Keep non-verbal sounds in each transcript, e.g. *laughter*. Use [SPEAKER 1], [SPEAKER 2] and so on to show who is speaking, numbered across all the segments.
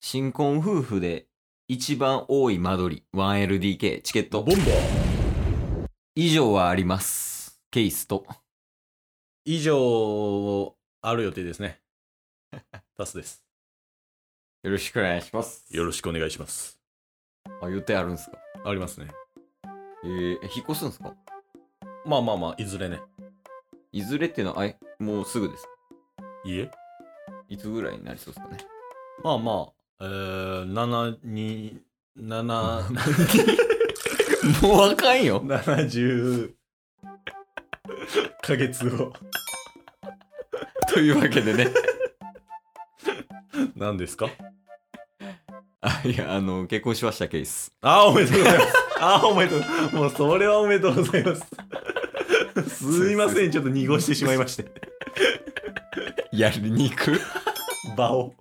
[SPEAKER 1] 新婚夫婦で一番多い間取り 1LDK チケッ
[SPEAKER 2] ボン
[SPEAKER 1] ト
[SPEAKER 2] バー
[SPEAKER 1] 以上はありますケースと
[SPEAKER 2] 以上、ある予定ですね。 *laughs* タスです。
[SPEAKER 1] よろしくお願いします
[SPEAKER 2] よろしくお願いします。
[SPEAKER 1] あ予定あるんすか
[SPEAKER 2] ありますね。
[SPEAKER 1] えー、え引っ越すんすか
[SPEAKER 2] まあまあまあ、いずれね。
[SPEAKER 1] いずれっていうのはあいもうすぐです
[SPEAKER 2] いいえ。
[SPEAKER 1] いつぐらいになりそうですかね
[SPEAKER 2] まあまあ、えー、7、2、7、
[SPEAKER 1] *laughs*
[SPEAKER 2] *laughs*
[SPEAKER 1] もうあかんよ
[SPEAKER 2] 70ヶ月後
[SPEAKER 1] というわけでね *laughs*
[SPEAKER 2] なんですか
[SPEAKER 1] あいやあの結婚しましたケース
[SPEAKER 2] あーおめでとうございますあーおめでとうもうそれはおめでとうございますすいませんちょっと濁してしまいまして
[SPEAKER 1] やりに行く
[SPEAKER 2] 場を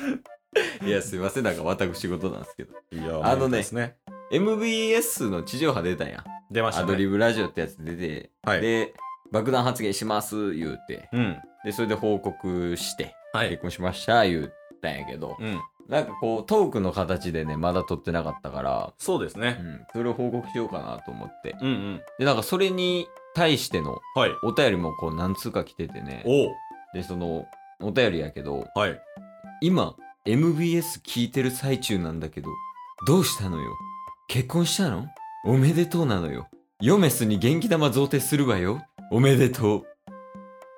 [SPEAKER 1] *laughs* いやすいませんなんか私事なんですけど
[SPEAKER 2] いや
[SPEAKER 1] あのね
[SPEAKER 2] おめでとうですね
[SPEAKER 1] MBS の地上波出たんや
[SPEAKER 2] 出まし
[SPEAKER 1] ア
[SPEAKER 2] た
[SPEAKER 1] ドリ
[SPEAKER 2] ね
[SPEAKER 1] ブラジオってやつ出て、
[SPEAKER 2] はい
[SPEAKER 1] で爆弾発言します言うて
[SPEAKER 2] うん
[SPEAKER 1] でそれで報告して
[SPEAKER 2] は
[SPEAKER 1] 結婚しました言ったんやけど、
[SPEAKER 2] うん
[SPEAKER 1] なんかこうトークの形でねまだ撮ってなかったから、
[SPEAKER 2] そうです
[SPEAKER 1] う
[SPEAKER 2] ね
[SPEAKER 1] ん、それを報告しようかなと思って
[SPEAKER 2] うんうん
[SPEAKER 1] でなんかそれに対しての
[SPEAKER 2] はい
[SPEAKER 1] お便りもこう何通か来ててね
[SPEAKER 2] おう
[SPEAKER 1] でそのお便りやけど
[SPEAKER 2] はい
[SPEAKER 1] 今 MBS 聞いてる最中なんだけどどうしたのよ結婚したのおめでとうなのよヨメスに元気玉贈呈するわよおめでとう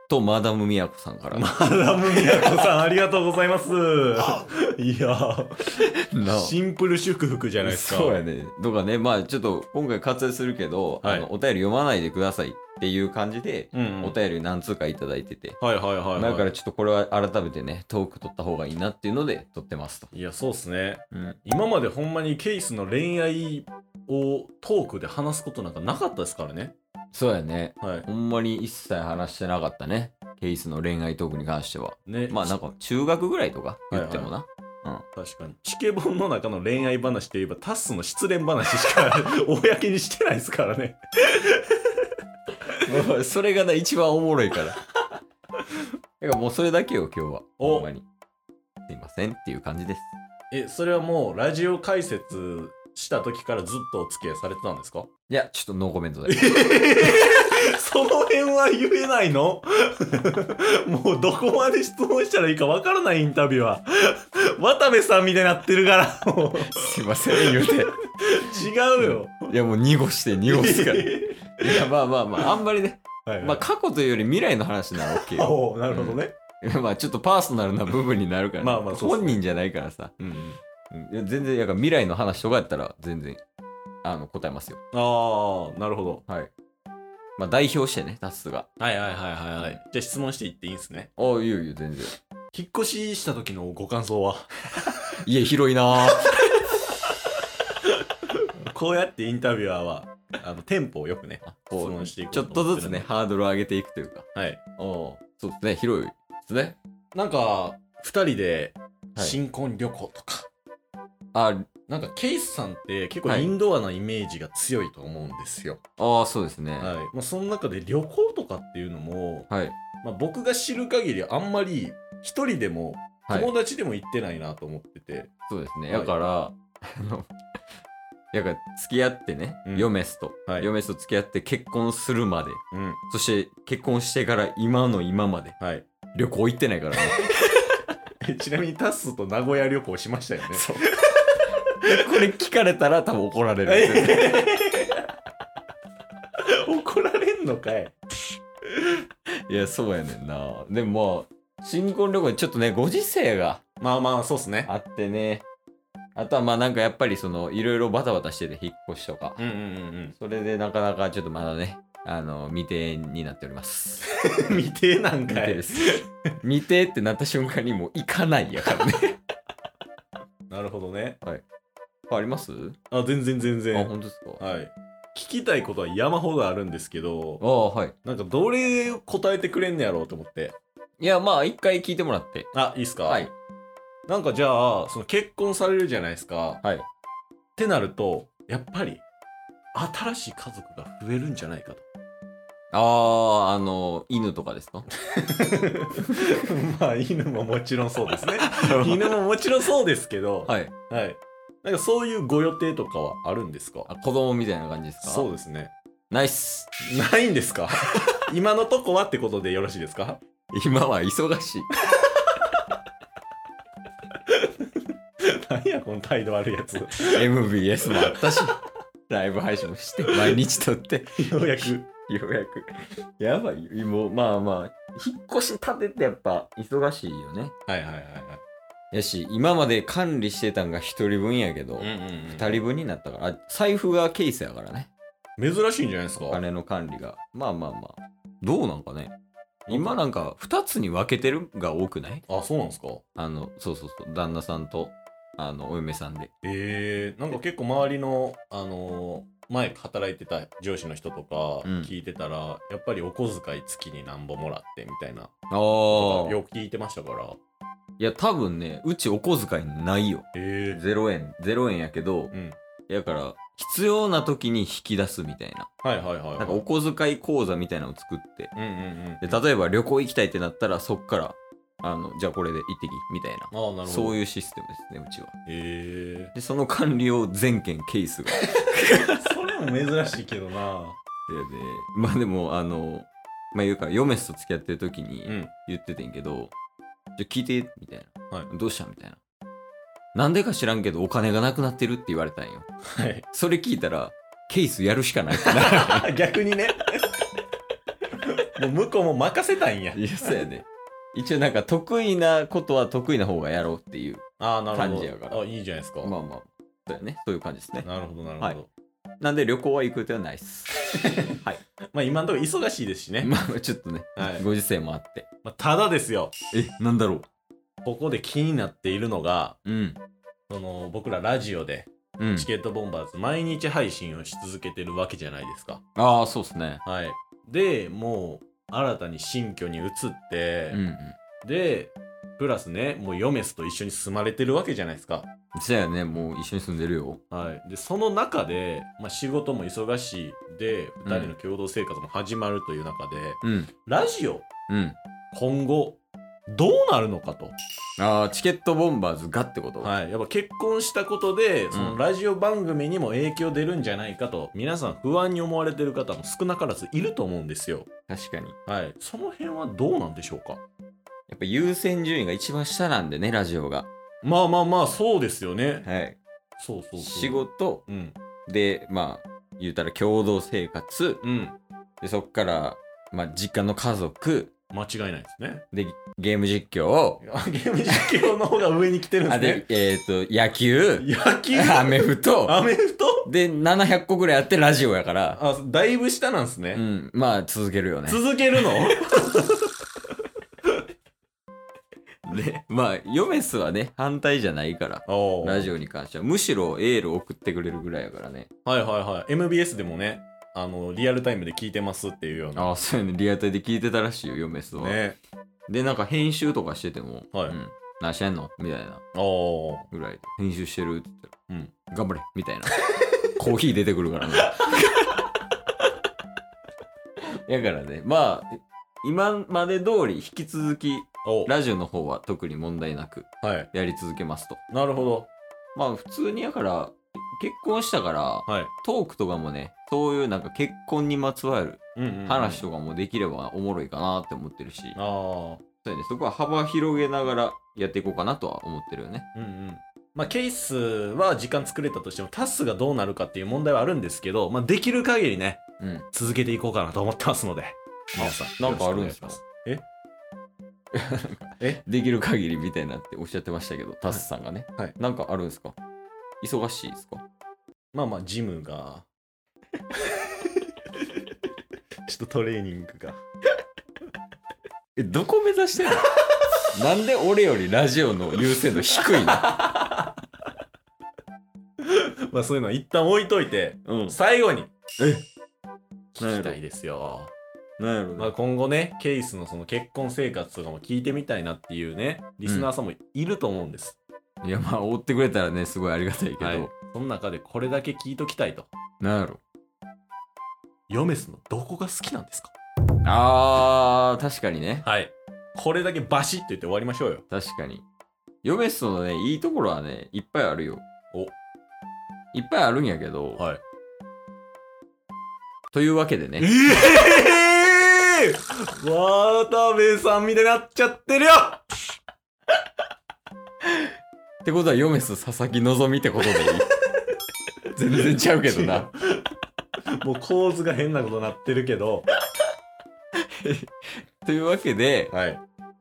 [SPEAKER 1] とマダム宮子さんから
[SPEAKER 2] マダムミヤコさんありがとうござい *laughs* ますいや
[SPEAKER 1] な
[SPEAKER 2] シンプル祝福じゃないですか
[SPEAKER 1] そうやねとかねまあちょっと今回割愛するけど、
[SPEAKER 2] はい
[SPEAKER 1] あのお便り読まないでくださいっていう感じで、
[SPEAKER 2] うんうん
[SPEAKER 1] お便り何通かいただいてて、
[SPEAKER 2] はいはいはいはい
[SPEAKER 1] だからちょっとこれは改めてねトーク取った方がいいなっていうので取ってますと、
[SPEAKER 2] いやそうっすね
[SPEAKER 1] うん、
[SPEAKER 2] 今までほんまにケイスの恋愛をトークで話すことなんかなかったですからね。
[SPEAKER 1] そうやね
[SPEAKER 2] はい。
[SPEAKER 1] ほんまに一切話してなかったね。ケイスの恋愛トークに関しては。
[SPEAKER 2] ね、
[SPEAKER 1] まあなんか中学ぐらいとか言ってもな。
[SPEAKER 2] 確かに。チケボンの中の恋愛話といえばタッスの失恋話しか *laughs* 公にしてないですか
[SPEAKER 1] *laughs*
[SPEAKER 2] らね。
[SPEAKER 1] もうそれがな一番おもろいから。だからもうそれだけよ今日は。
[SPEAKER 2] お
[SPEAKER 1] ほんまに。すいませんっていう感じです。
[SPEAKER 2] え、それはもうラジオ解説した時からずっとお付き合いされてたんですか
[SPEAKER 1] いや、ちょっとノーコメントだよ。
[SPEAKER 2] その辺は言えないの *laughs* もうどこまで質問したらいいかわからないインタビューは。渡部さんみたいになってるから、も
[SPEAKER 1] *laughs*
[SPEAKER 2] う
[SPEAKER 1] すいません言うて。
[SPEAKER 2] 違うよ。
[SPEAKER 1] *laughs* いやもう濁して濁
[SPEAKER 2] *laughs*
[SPEAKER 1] す *laughs* から。いやまあまあまあ、あんまりね。
[SPEAKER 2] はいはい
[SPEAKER 1] まあ過去というより未来の話なら OK よ。
[SPEAKER 2] おおなるほどね、
[SPEAKER 1] まあちょっとパーソナルな部分になるからね、
[SPEAKER 2] まあまあそうっすね
[SPEAKER 1] 本人じゃないからさ。
[SPEAKER 2] うん
[SPEAKER 1] うんいや全然やから未来の話とかやったら全然あの答えますよ
[SPEAKER 2] ああなるほど
[SPEAKER 1] はいまあ代表してねタスが
[SPEAKER 2] はいはいはいはいはいじゃあ質問していっていいんですね
[SPEAKER 1] ああいいよいいよ全然
[SPEAKER 2] 引っ越しした時のご感想は *laughs*
[SPEAKER 1] 家広いなー
[SPEAKER 2] こうやってインタビュアーはあのテンポをよくね *laughs* 質
[SPEAKER 1] こう
[SPEAKER 2] 問していく
[SPEAKER 1] ちょっとずつねハードルを上げていくというか
[SPEAKER 2] はい
[SPEAKER 1] おそうですね広いですね
[SPEAKER 2] なんか2人で
[SPEAKER 1] はい
[SPEAKER 2] 新婚旅行とか、
[SPEAKER 1] あ
[SPEAKER 2] なんかケイスさんって結構
[SPEAKER 1] はい
[SPEAKER 2] インドアなイメージが強いと思うんですよ、
[SPEAKER 1] あーそうですね
[SPEAKER 2] はい
[SPEAKER 1] は
[SPEAKER 2] まあ、その中で旅行とかっていうのも、
[SPEAKER 1] い
[SPEAKER 2] まあ、僕が知る限りあんまり一人でも
[SPEAKER 1] はい、
[SPEAKER 2] 友達でも行ってないなと思ってて、
[SPEAKER 1] そうですね
[SPEAKER 2] はい
[SPEAKER 1] やから、あの *laughs* やから付き合ってね、
[SPEAKER 2] うん
[SPEAKER 1] ヨメスと、
[SPEAKER 2] はい
[SPEAKER 1] ヨメスと付き合って結婚するまで
[SPEAKER 2] うん
[SPEAKER 1] そして結婚してから今の今まで
[SPEAKER 2] はい *laughs*
[SPEAKER 1] 旅行行ってないからね *laughs*
[SPEAKER 2] えちなみにタッスと名古屋旅行しましたよね。
[SPEAKER 1] そう。これ聞かれたら多分怒られる。
[SPEAKER 2] *laughs* えへへへ *laughs* 怒られんのかい。
[SPEAKER 1] いや、そうやねんな。でもまあ、新婚旅行にちょっとね、ご時世が
[SPEAKER 2] まあまあ、そうっすね。
[SPEAKER 1] あってね。あとはまあなんかやっぱりその、いろいろバタバタしてて、引っ越しとか。
[SPEAKER 2] うんうん
[SPEAKER 1] それでなかなかちょっとまだね、あの、未定になっております。
[SPEAKER 2] うん。 *laughs* 未定なん
[SPEAKER 1] 未
[SPEAKER 2] か
[SPEAKER 1] 定
[SPEAKER 2] い
[SPEAKER 1] で。す。未定ってなった瞬間にもう行かないや
[SPEAKER 2] *laughs*
[SPEAKER 1] からね。
[SPEAKER 2] なるほどね。
[SPEAKER 1] あります
[SPEAKER 2] あ、全然全
[SPEAKER 1] あ、
[SPEAKER 2] 然。
[SPEAKER 1] 本当ですか
[SPEAKER 2] はい。聞きたいことは山ほどあるんですけど
[SPEAKER 1] あ、あ、はい。
[SPEAKER 2] なんかどれ答えてくれんねやろうと思って。
[SPEAKER 1] いや、まあ一回聞いてもらって。
[SPEAKER 2] あ、いいっすか
[SPEAKER 1] はい。。
[SPEAKER 2] なんかじゃあ、その結婚されるじゃないですか。
[SPEAKER 1] はい
[SPEAKER 2] *laughs* ってなると、やっぱり、新しい家族が増えるんじゃないかと。
[SPEAKER 1] あああの犬とかですか
[SPEAKER 2] まあ犬ももちろんそうです *laughs* ね犬ももちろんそうですけど
[SPEAKER 1] はい
[SPEAKER 2] はいなんかそういうご予定とかはあるんですか
[SPEAKER 1] あ子供みたいな感じですか
[SPEAKER 2] そう
[SPEAKER 1] う
[SPEAKER 2] ですね
[SPEAKER 1] ナイス
[SPEAKER 2] ないん *laughs* ですか今のとこはってことでよろしいですか
[SPEAKER 1] 今は忙しい
[SPEAKER 2] 何やこの態度悪いやつよ
[SPEAKER 1] MBS もあったしライブ配信もして毎日撮って
[SPEAKER 2] うやく
[SPEAKER 1] ようやくやばいよもうまあまあ引っ越し立ててやっぱ忙しいよね
[SPEAKER 2] はいはいはい
[SPEAKER 1] やし今まで管理してたんが1人分やけど、
[SPEAKER 2] はい、うんうん
[SPEAKER 1] 2人分になったからあ財布がケースやからね
[SPEAKER 2] 人珍しいんじゃないですか
[SPEAKER 1] お金の管理がまあまあまあどうなんかね今なんか2つに分けてるが多くない
[SPEAKER 2] あそうなんですか
[SPEAKER 1] あのそうそうそう旦那さんとあのお嫁さんで
[SPEAKER 2] えー、なんか結構周りの、あのー前働いてた上司の人とか
[SPEAKER 1] うん
[SPEAKER 2] 聞いてたら、やっぱりお小遣い月になんぼもらってみたいな
[SPEAKER 1] あ
[SPEAKER 2] とか
[SPEAKER 1] あ
[SPEAKER 2] よく聞いてましたから
[SPEAKER 1] いや多分ねうちお小遣いないよ
[SPEAKER 2] え
[SPEAKER 1] 0円0円やけど
[SPEAKER 2] うん
[SPEAKER 1] やから必要な時に引き出すみたいな
[SPEAKER 2] はいはいはいはい
[SPEAKER 1] なんかお小遣い口座みたいなのを作って
[SPEAKER 2] うんうんうん
[SPEAKER 1] で例えば旅行行きたいってなったらそっからあのじゃあこれで行ってきみたいな
[SPEAKER 2] ああなるほど
[SPEAKER 1] そう
[SPEAKER 2] う
[SPEAKER 1] いうシステムですねうちは
[SPEAKER 2] え
[SPEAKER 1] でその管理を全件ケースが *laughs* で
[SPEAKER 2] ー、それも珍しいけどな
[SPEAKER 1] まあでもあのまあ言うかヨメスと付き合ってる時
[SPEAKER 2] *laughs* う
[SPEAKER 1] に
[SPEAKER 2] ん
[SPEAKER 1] 言っててんけど、じゃあ聞いてみたいな、
[SPEAKER 2] は
[SPEAKER 1] どうしたみたいななんでか知らんけどお金がなくなってるって言われたんよ
[SPEAKER 2] はい
[SPEAKER 1] それ聞いたらケースやるしかないってな
[SPEAKER 2] *laughs* 逆 *laughs* にねもう向こうも任せたいん *laughs* や
[SPEAKER 1] いやそうやね一応なんか得意なことは得意な方がやろうっていう
[SPEAKER 2] ああなるほど
[SPEAKER 1] 感じやから
[SPEAKER 2] あいいじゃないですか、
[SPEAKER 1] まあまあそうやねそういう感じですね
[SPEAKER 2] なるほどなるほど、
[SPEAKER 1] はいなんで旅行は行く予定はないっ *laughs* すはい
[SPEAKER 2] まあ今のところ忙しいですしね、
[SPEAKER 1] まあちょっとね、
[SPEAKER 2] はい
[SPEAKER 1] ご時世もあって
[SPEAKER 2] まあ、ただですよ
[SPEAKER 1] えなんだろ
[SPEAKER 2] ここで気になっているのが、
[SPEAKER 1] ううん
[SPEAKER 2] その僕らラジオで
[SPEAKER 1] うん
[SPEAKER 2] チケットボンバーズ毎日配信をし続けてるわけじゃないですか。
[SPEAKER 1] ああそうっすね
[SPEAKER 2] はい。で、もう新たに新居に移って
[SPEAKER 1] う、んうん
[SPEAKER 2] で、プラスね、もうヨメスと一緒に住まれてるわけじゃないですか。
[SPEAKER 1] そうやねもう一緒に住んでるよ
[SPEAKER 2] はい。で、その中で、まあ、仕事も忙しいで、
[SPEAKER 1] うん
[SPEAKER 2] 2人の共同生活も始まるという中で、
[SPEAKER 1] うん
[SPEAKER 2] ラジオ、
[SPEAKER 1] うん
[SPEAKER 2] 今後、どうなるのかと。
[SPEAKER 1] ああチケットボンバーズがってこと、
[SPEAKER 2] はい、やっぱ結婚したことで、
[SPEAKER 1] ん
[SPEAKER 2] そのラジオ番組にも影響出るんじゃないかと皆さん不安に思われてる方も少なからずいると思うんですよ。
[SPEAKER 1] 確かに
[SPEAKER 2] はい、その辺はどうなんでしょうか
[SPEAKER 1] やっぱ優先順位が一番下なんでねラジオが
[SPEAKER 2] まあまあまあそうですよね。
[SPEAKER 1] はい
[SPEAKER 2] そうそうそう。
[SPEAKER 1] 仕事
[SPEAKER 2] うん
[SPEAKER 1] でまあ言うたら共同生活
[SPEAKER 2] うん
[SPEAKER 1] でそっからまあ実家の家族
[SPEAKER 2] 間違いないですね。
[SPEAKER 1] でゲーム実況
[SPEAKER 2] いやゲーム実況の方が上に来てるん
[SPEAKER 1] あ
[SPEAKER 2] で
[SPEAKER 1] でえっ、と野球
[SPEAKER 2] すね。野球
[SPEAKER 1] *laughs* アメフト
[SPEAKER 2] アメフト
[SPEAKER 1] で700個ぐらいあってラジオやから
[SPEAKER 2] あだいぶ下なんですね
[SPEAKER 1] う。んまあ続けるよね
[SPEAKER 2] 続け
[SPEAKER 1] *laughs*
[SPEAKER 2] るの
[SPEAKER 1] でまあヨメスはね反対じゃないから
[SPEAKER 2] おー
[SPEAKER 1] ラジオに関してはむしろエールを送ってくれるぐらいやからね
[SPEAKER 2] はいはいはい。MBS でもねあのリアルタイムで聞いてますっていうような。
[SPEAKER 1] ああそうやねリアタイで聞いてたらしいよヨメスは、
[SPEAKER 2] ね。
[SPEAKER 1] でなんか編集とかしてても「
[SPEAKER 2] はい
[SPEAKER 1] うん、何してんの?」みたいな
[SPEAKER 2] おー
[SPEAKER 1] ぐらいで編集してるって言ったら「
[SPEAKER 2] うん
[SPEAKER 1] 頑張れ」みたいな *laughs* コーヒー出てくるから *laughs* ねやからねまあ今まで通り引き続き
[SPEAKER 2] お
[SPEAKER 1] ラジオの方は特に問題なく
[SPEAKER 2] はい。
[SPEAKER 1] やり続けますと
[SPEAKER 2] なるほど。
[SPEAKER 1] まあ普通にやから結婚したから
[SPEAKER 2] はい。
[SPEAKER 1] トークとかもねそういうなんか結婚にまつわる
[SPEAKER 2] うんうんうん
[SPEAKER 1] 話とかもできればおもろいかなって思ってるし、
[SPEAKER 2] あ
[SPEAKER 1] そうやねそこは幅広げながらやっていこうかなとは思ってるよね
[SPEAKER 2] あ。うんうん。まあ、ケースは時間作れたとしても、タスがどうなるかっていう問題はあるんですけど、まあ、できる限りね、
[SPEAKER 1] うん
[SPEAKER 2] 続けていこうかなと思ってますので。皆さん。
[SPEAKER 1] なんかあるんですか
[SPEAKER 2] よろし
[SPEAKER 1] できる限りみたいなっておっしゃってましたけどタスさんがね、
[SPEAKER 2] はいはい
[SPEAKER 1] なんかあるんですか忙しいですか
[SPEAKER 2] くお願いしますまあまあ、ジムが。 *laughs* ちょっとトレーニングが。
[SPEAKER 1] えどこ目指してんの *laughs* なんで俺よりラジオの優先度低いの、
[SPEAKER 2] まあ、そういうのは一旦置いといて、
[SPEAKER 1] *laughs* うん、
[SPEAKER 2] 最後に。
[SPEAKER 1] え
[SPEAKER 2] 聞きたいですよ。
[SPEAKER 1] なんやろ
[SPEAKER 2] まあ、今後ね、ケイスのその結婚生活とかも聞いてみたいなっていうね、リスナーさんもいると思うんです。
[SPEAKER 1] いやまあ追ってくれたらねすごいありがたいけど、
[SPEAKER 2] はい、その中でこれだけ聞いときたいと
[SPEAKER 1] なんやろ
[SPEAKER 2] ヨメスのどこが好きなんですか
[SPEAKER 1] あー、確かにね。
[SPEAKER 2] はい。これだけバシッと言って終わりましょうよ。
[SPEAKER 1] 確かに。ヨメストのね、いいところはね、いっぱいあるよ。
[SPEAKER 2] お
[SPEAKER 1] いっぱいあるんやけど、
[SPEAKER 2] はい。
[SPEAKER 1] というわけでね、
[SPEAKER 2] ええー、渡部さんみたいになっちゃってるよ
[SPEAKER 1] ってことはヨメスト佐々木希ってことでいい *laughs* 全然ちゃうけどな。
[SPEAKER 2] *laughs* もう構図が変なことになってるけど。
[SPEAKER 1] *laughs* というわけで、
[SPEAKER 2] はい。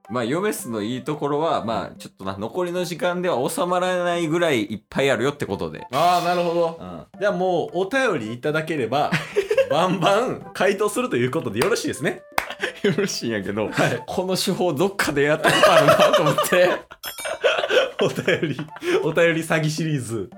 [SPEAKER 1] まあ、ヨメスのいいところは、まあ、ちょっとな、残りの時間では収まらないぐらいいっぱいあるよってことで。
[SPEAKER 2] ああ、なるほど。
[SPEAKER 1] うん。
[SPEAKER 2] じゃあもうお便りいただけれ *laughs* ば、バンバン回答するということでよろしいですね。
[SPEAKER 1] よろしいんやけど、
[SPEAKER 2] はい。
[SPEAKER 1] *laughs* この手法どっかでやったことあるなと思 *laughs* って。
[SPEAKER 2] お便り、お便り詐欺シリーズ。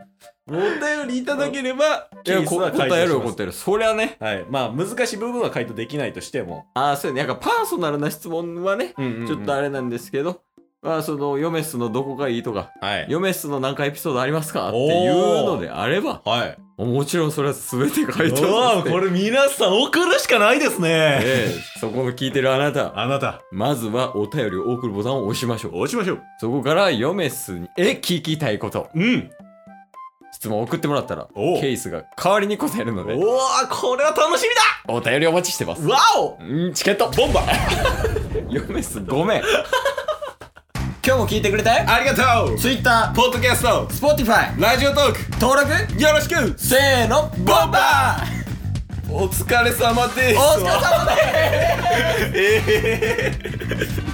[SPEAKER 2] お便りいただければ、
[SPEAKER 1] い
[SPEAKER 2] ケ
[SPEAKER 1] や、
[SPEAKER 2] ース
[SPEAKER 1] こ
[SPEAKER 2] は回答
[SPEAKER 1] 答え
[SPEAKER 2] し
[SPEAKER 1] るよ、
[SPEAKER 2] ます。
[SPEAKER 1] 答える。そりゃね。
[SPEAKER 2] はい。まあ、難しい部分は回答できないとしても。
[SPEAKER 1] ああ、そうやね。なんかパーソナルな質問はね、
[SPEAKER 2] うんうんうん
[SPEAKER 1] ちょっとあれなんですけど、まあ、その、ヨメスのどこがいいとか、
[SPEAKER 2] はい。
[SPEAKER 1] ヨメスの何かエピソードありますかっていうのであれば、
[SPEAKER 2] はい。
[SPEAKER 1] もちろんそれは全て回答
[SPEAKER 2] お
[SPEAKER 1] さ
[SPEAKER 2] ー
[SPEAKER 1] せ
[SPEAKER 2] こ
[SPEAKER 1] て。
[SPEAKER 2] れ皆さん送るしかないですね。
[SPEAKER 1] ええ、そこの聞いてるあなた、
[SPEAKER 2] あなた、
[SPEAKER 1] まずはお便りを送るボタンを押しましょう。
[SPEAKER 2] 押しましょう。
[SPEAKER 1] そこからヨメスに、え、聞きたいこと、
[SPEAKER 2] うん。
[SPEAKER 1] 質問を送ってもらったら、
[SPEAKER 2] おう
[SPEAKER 1] ケースが代わりに答えるの
[SPEAKER 2] お
[SPEAKER 1] で、
[SPEAKER 2] ーこれは楽しみ
[SPEAKER 1] お便りお待ちしてます。
[SPEAKER 2] だわお
[SPEAKER 1] うん、チケット
[SPEAKER 2] ボンバー
[SPEAKER 1] ヨメスごめん。今日も聞いてくれて
[SPEAKER 2] ありがとう
[SPEAKER 1] Twitter、
[SPEAKER 2] ポッドキャスト、
[SPEAKER 1] Spotify、
[SPEAKER 2] ラジオトーク、
[SPEAKER 1] 登録、
[SPEAKER 2] よろしく
[SPEAKER 1] せーの、ボンバー
[SPEAKER 2] お疲れ様です
[SPEAKER 1] お疲れ様です
[SPEAKER 2] えー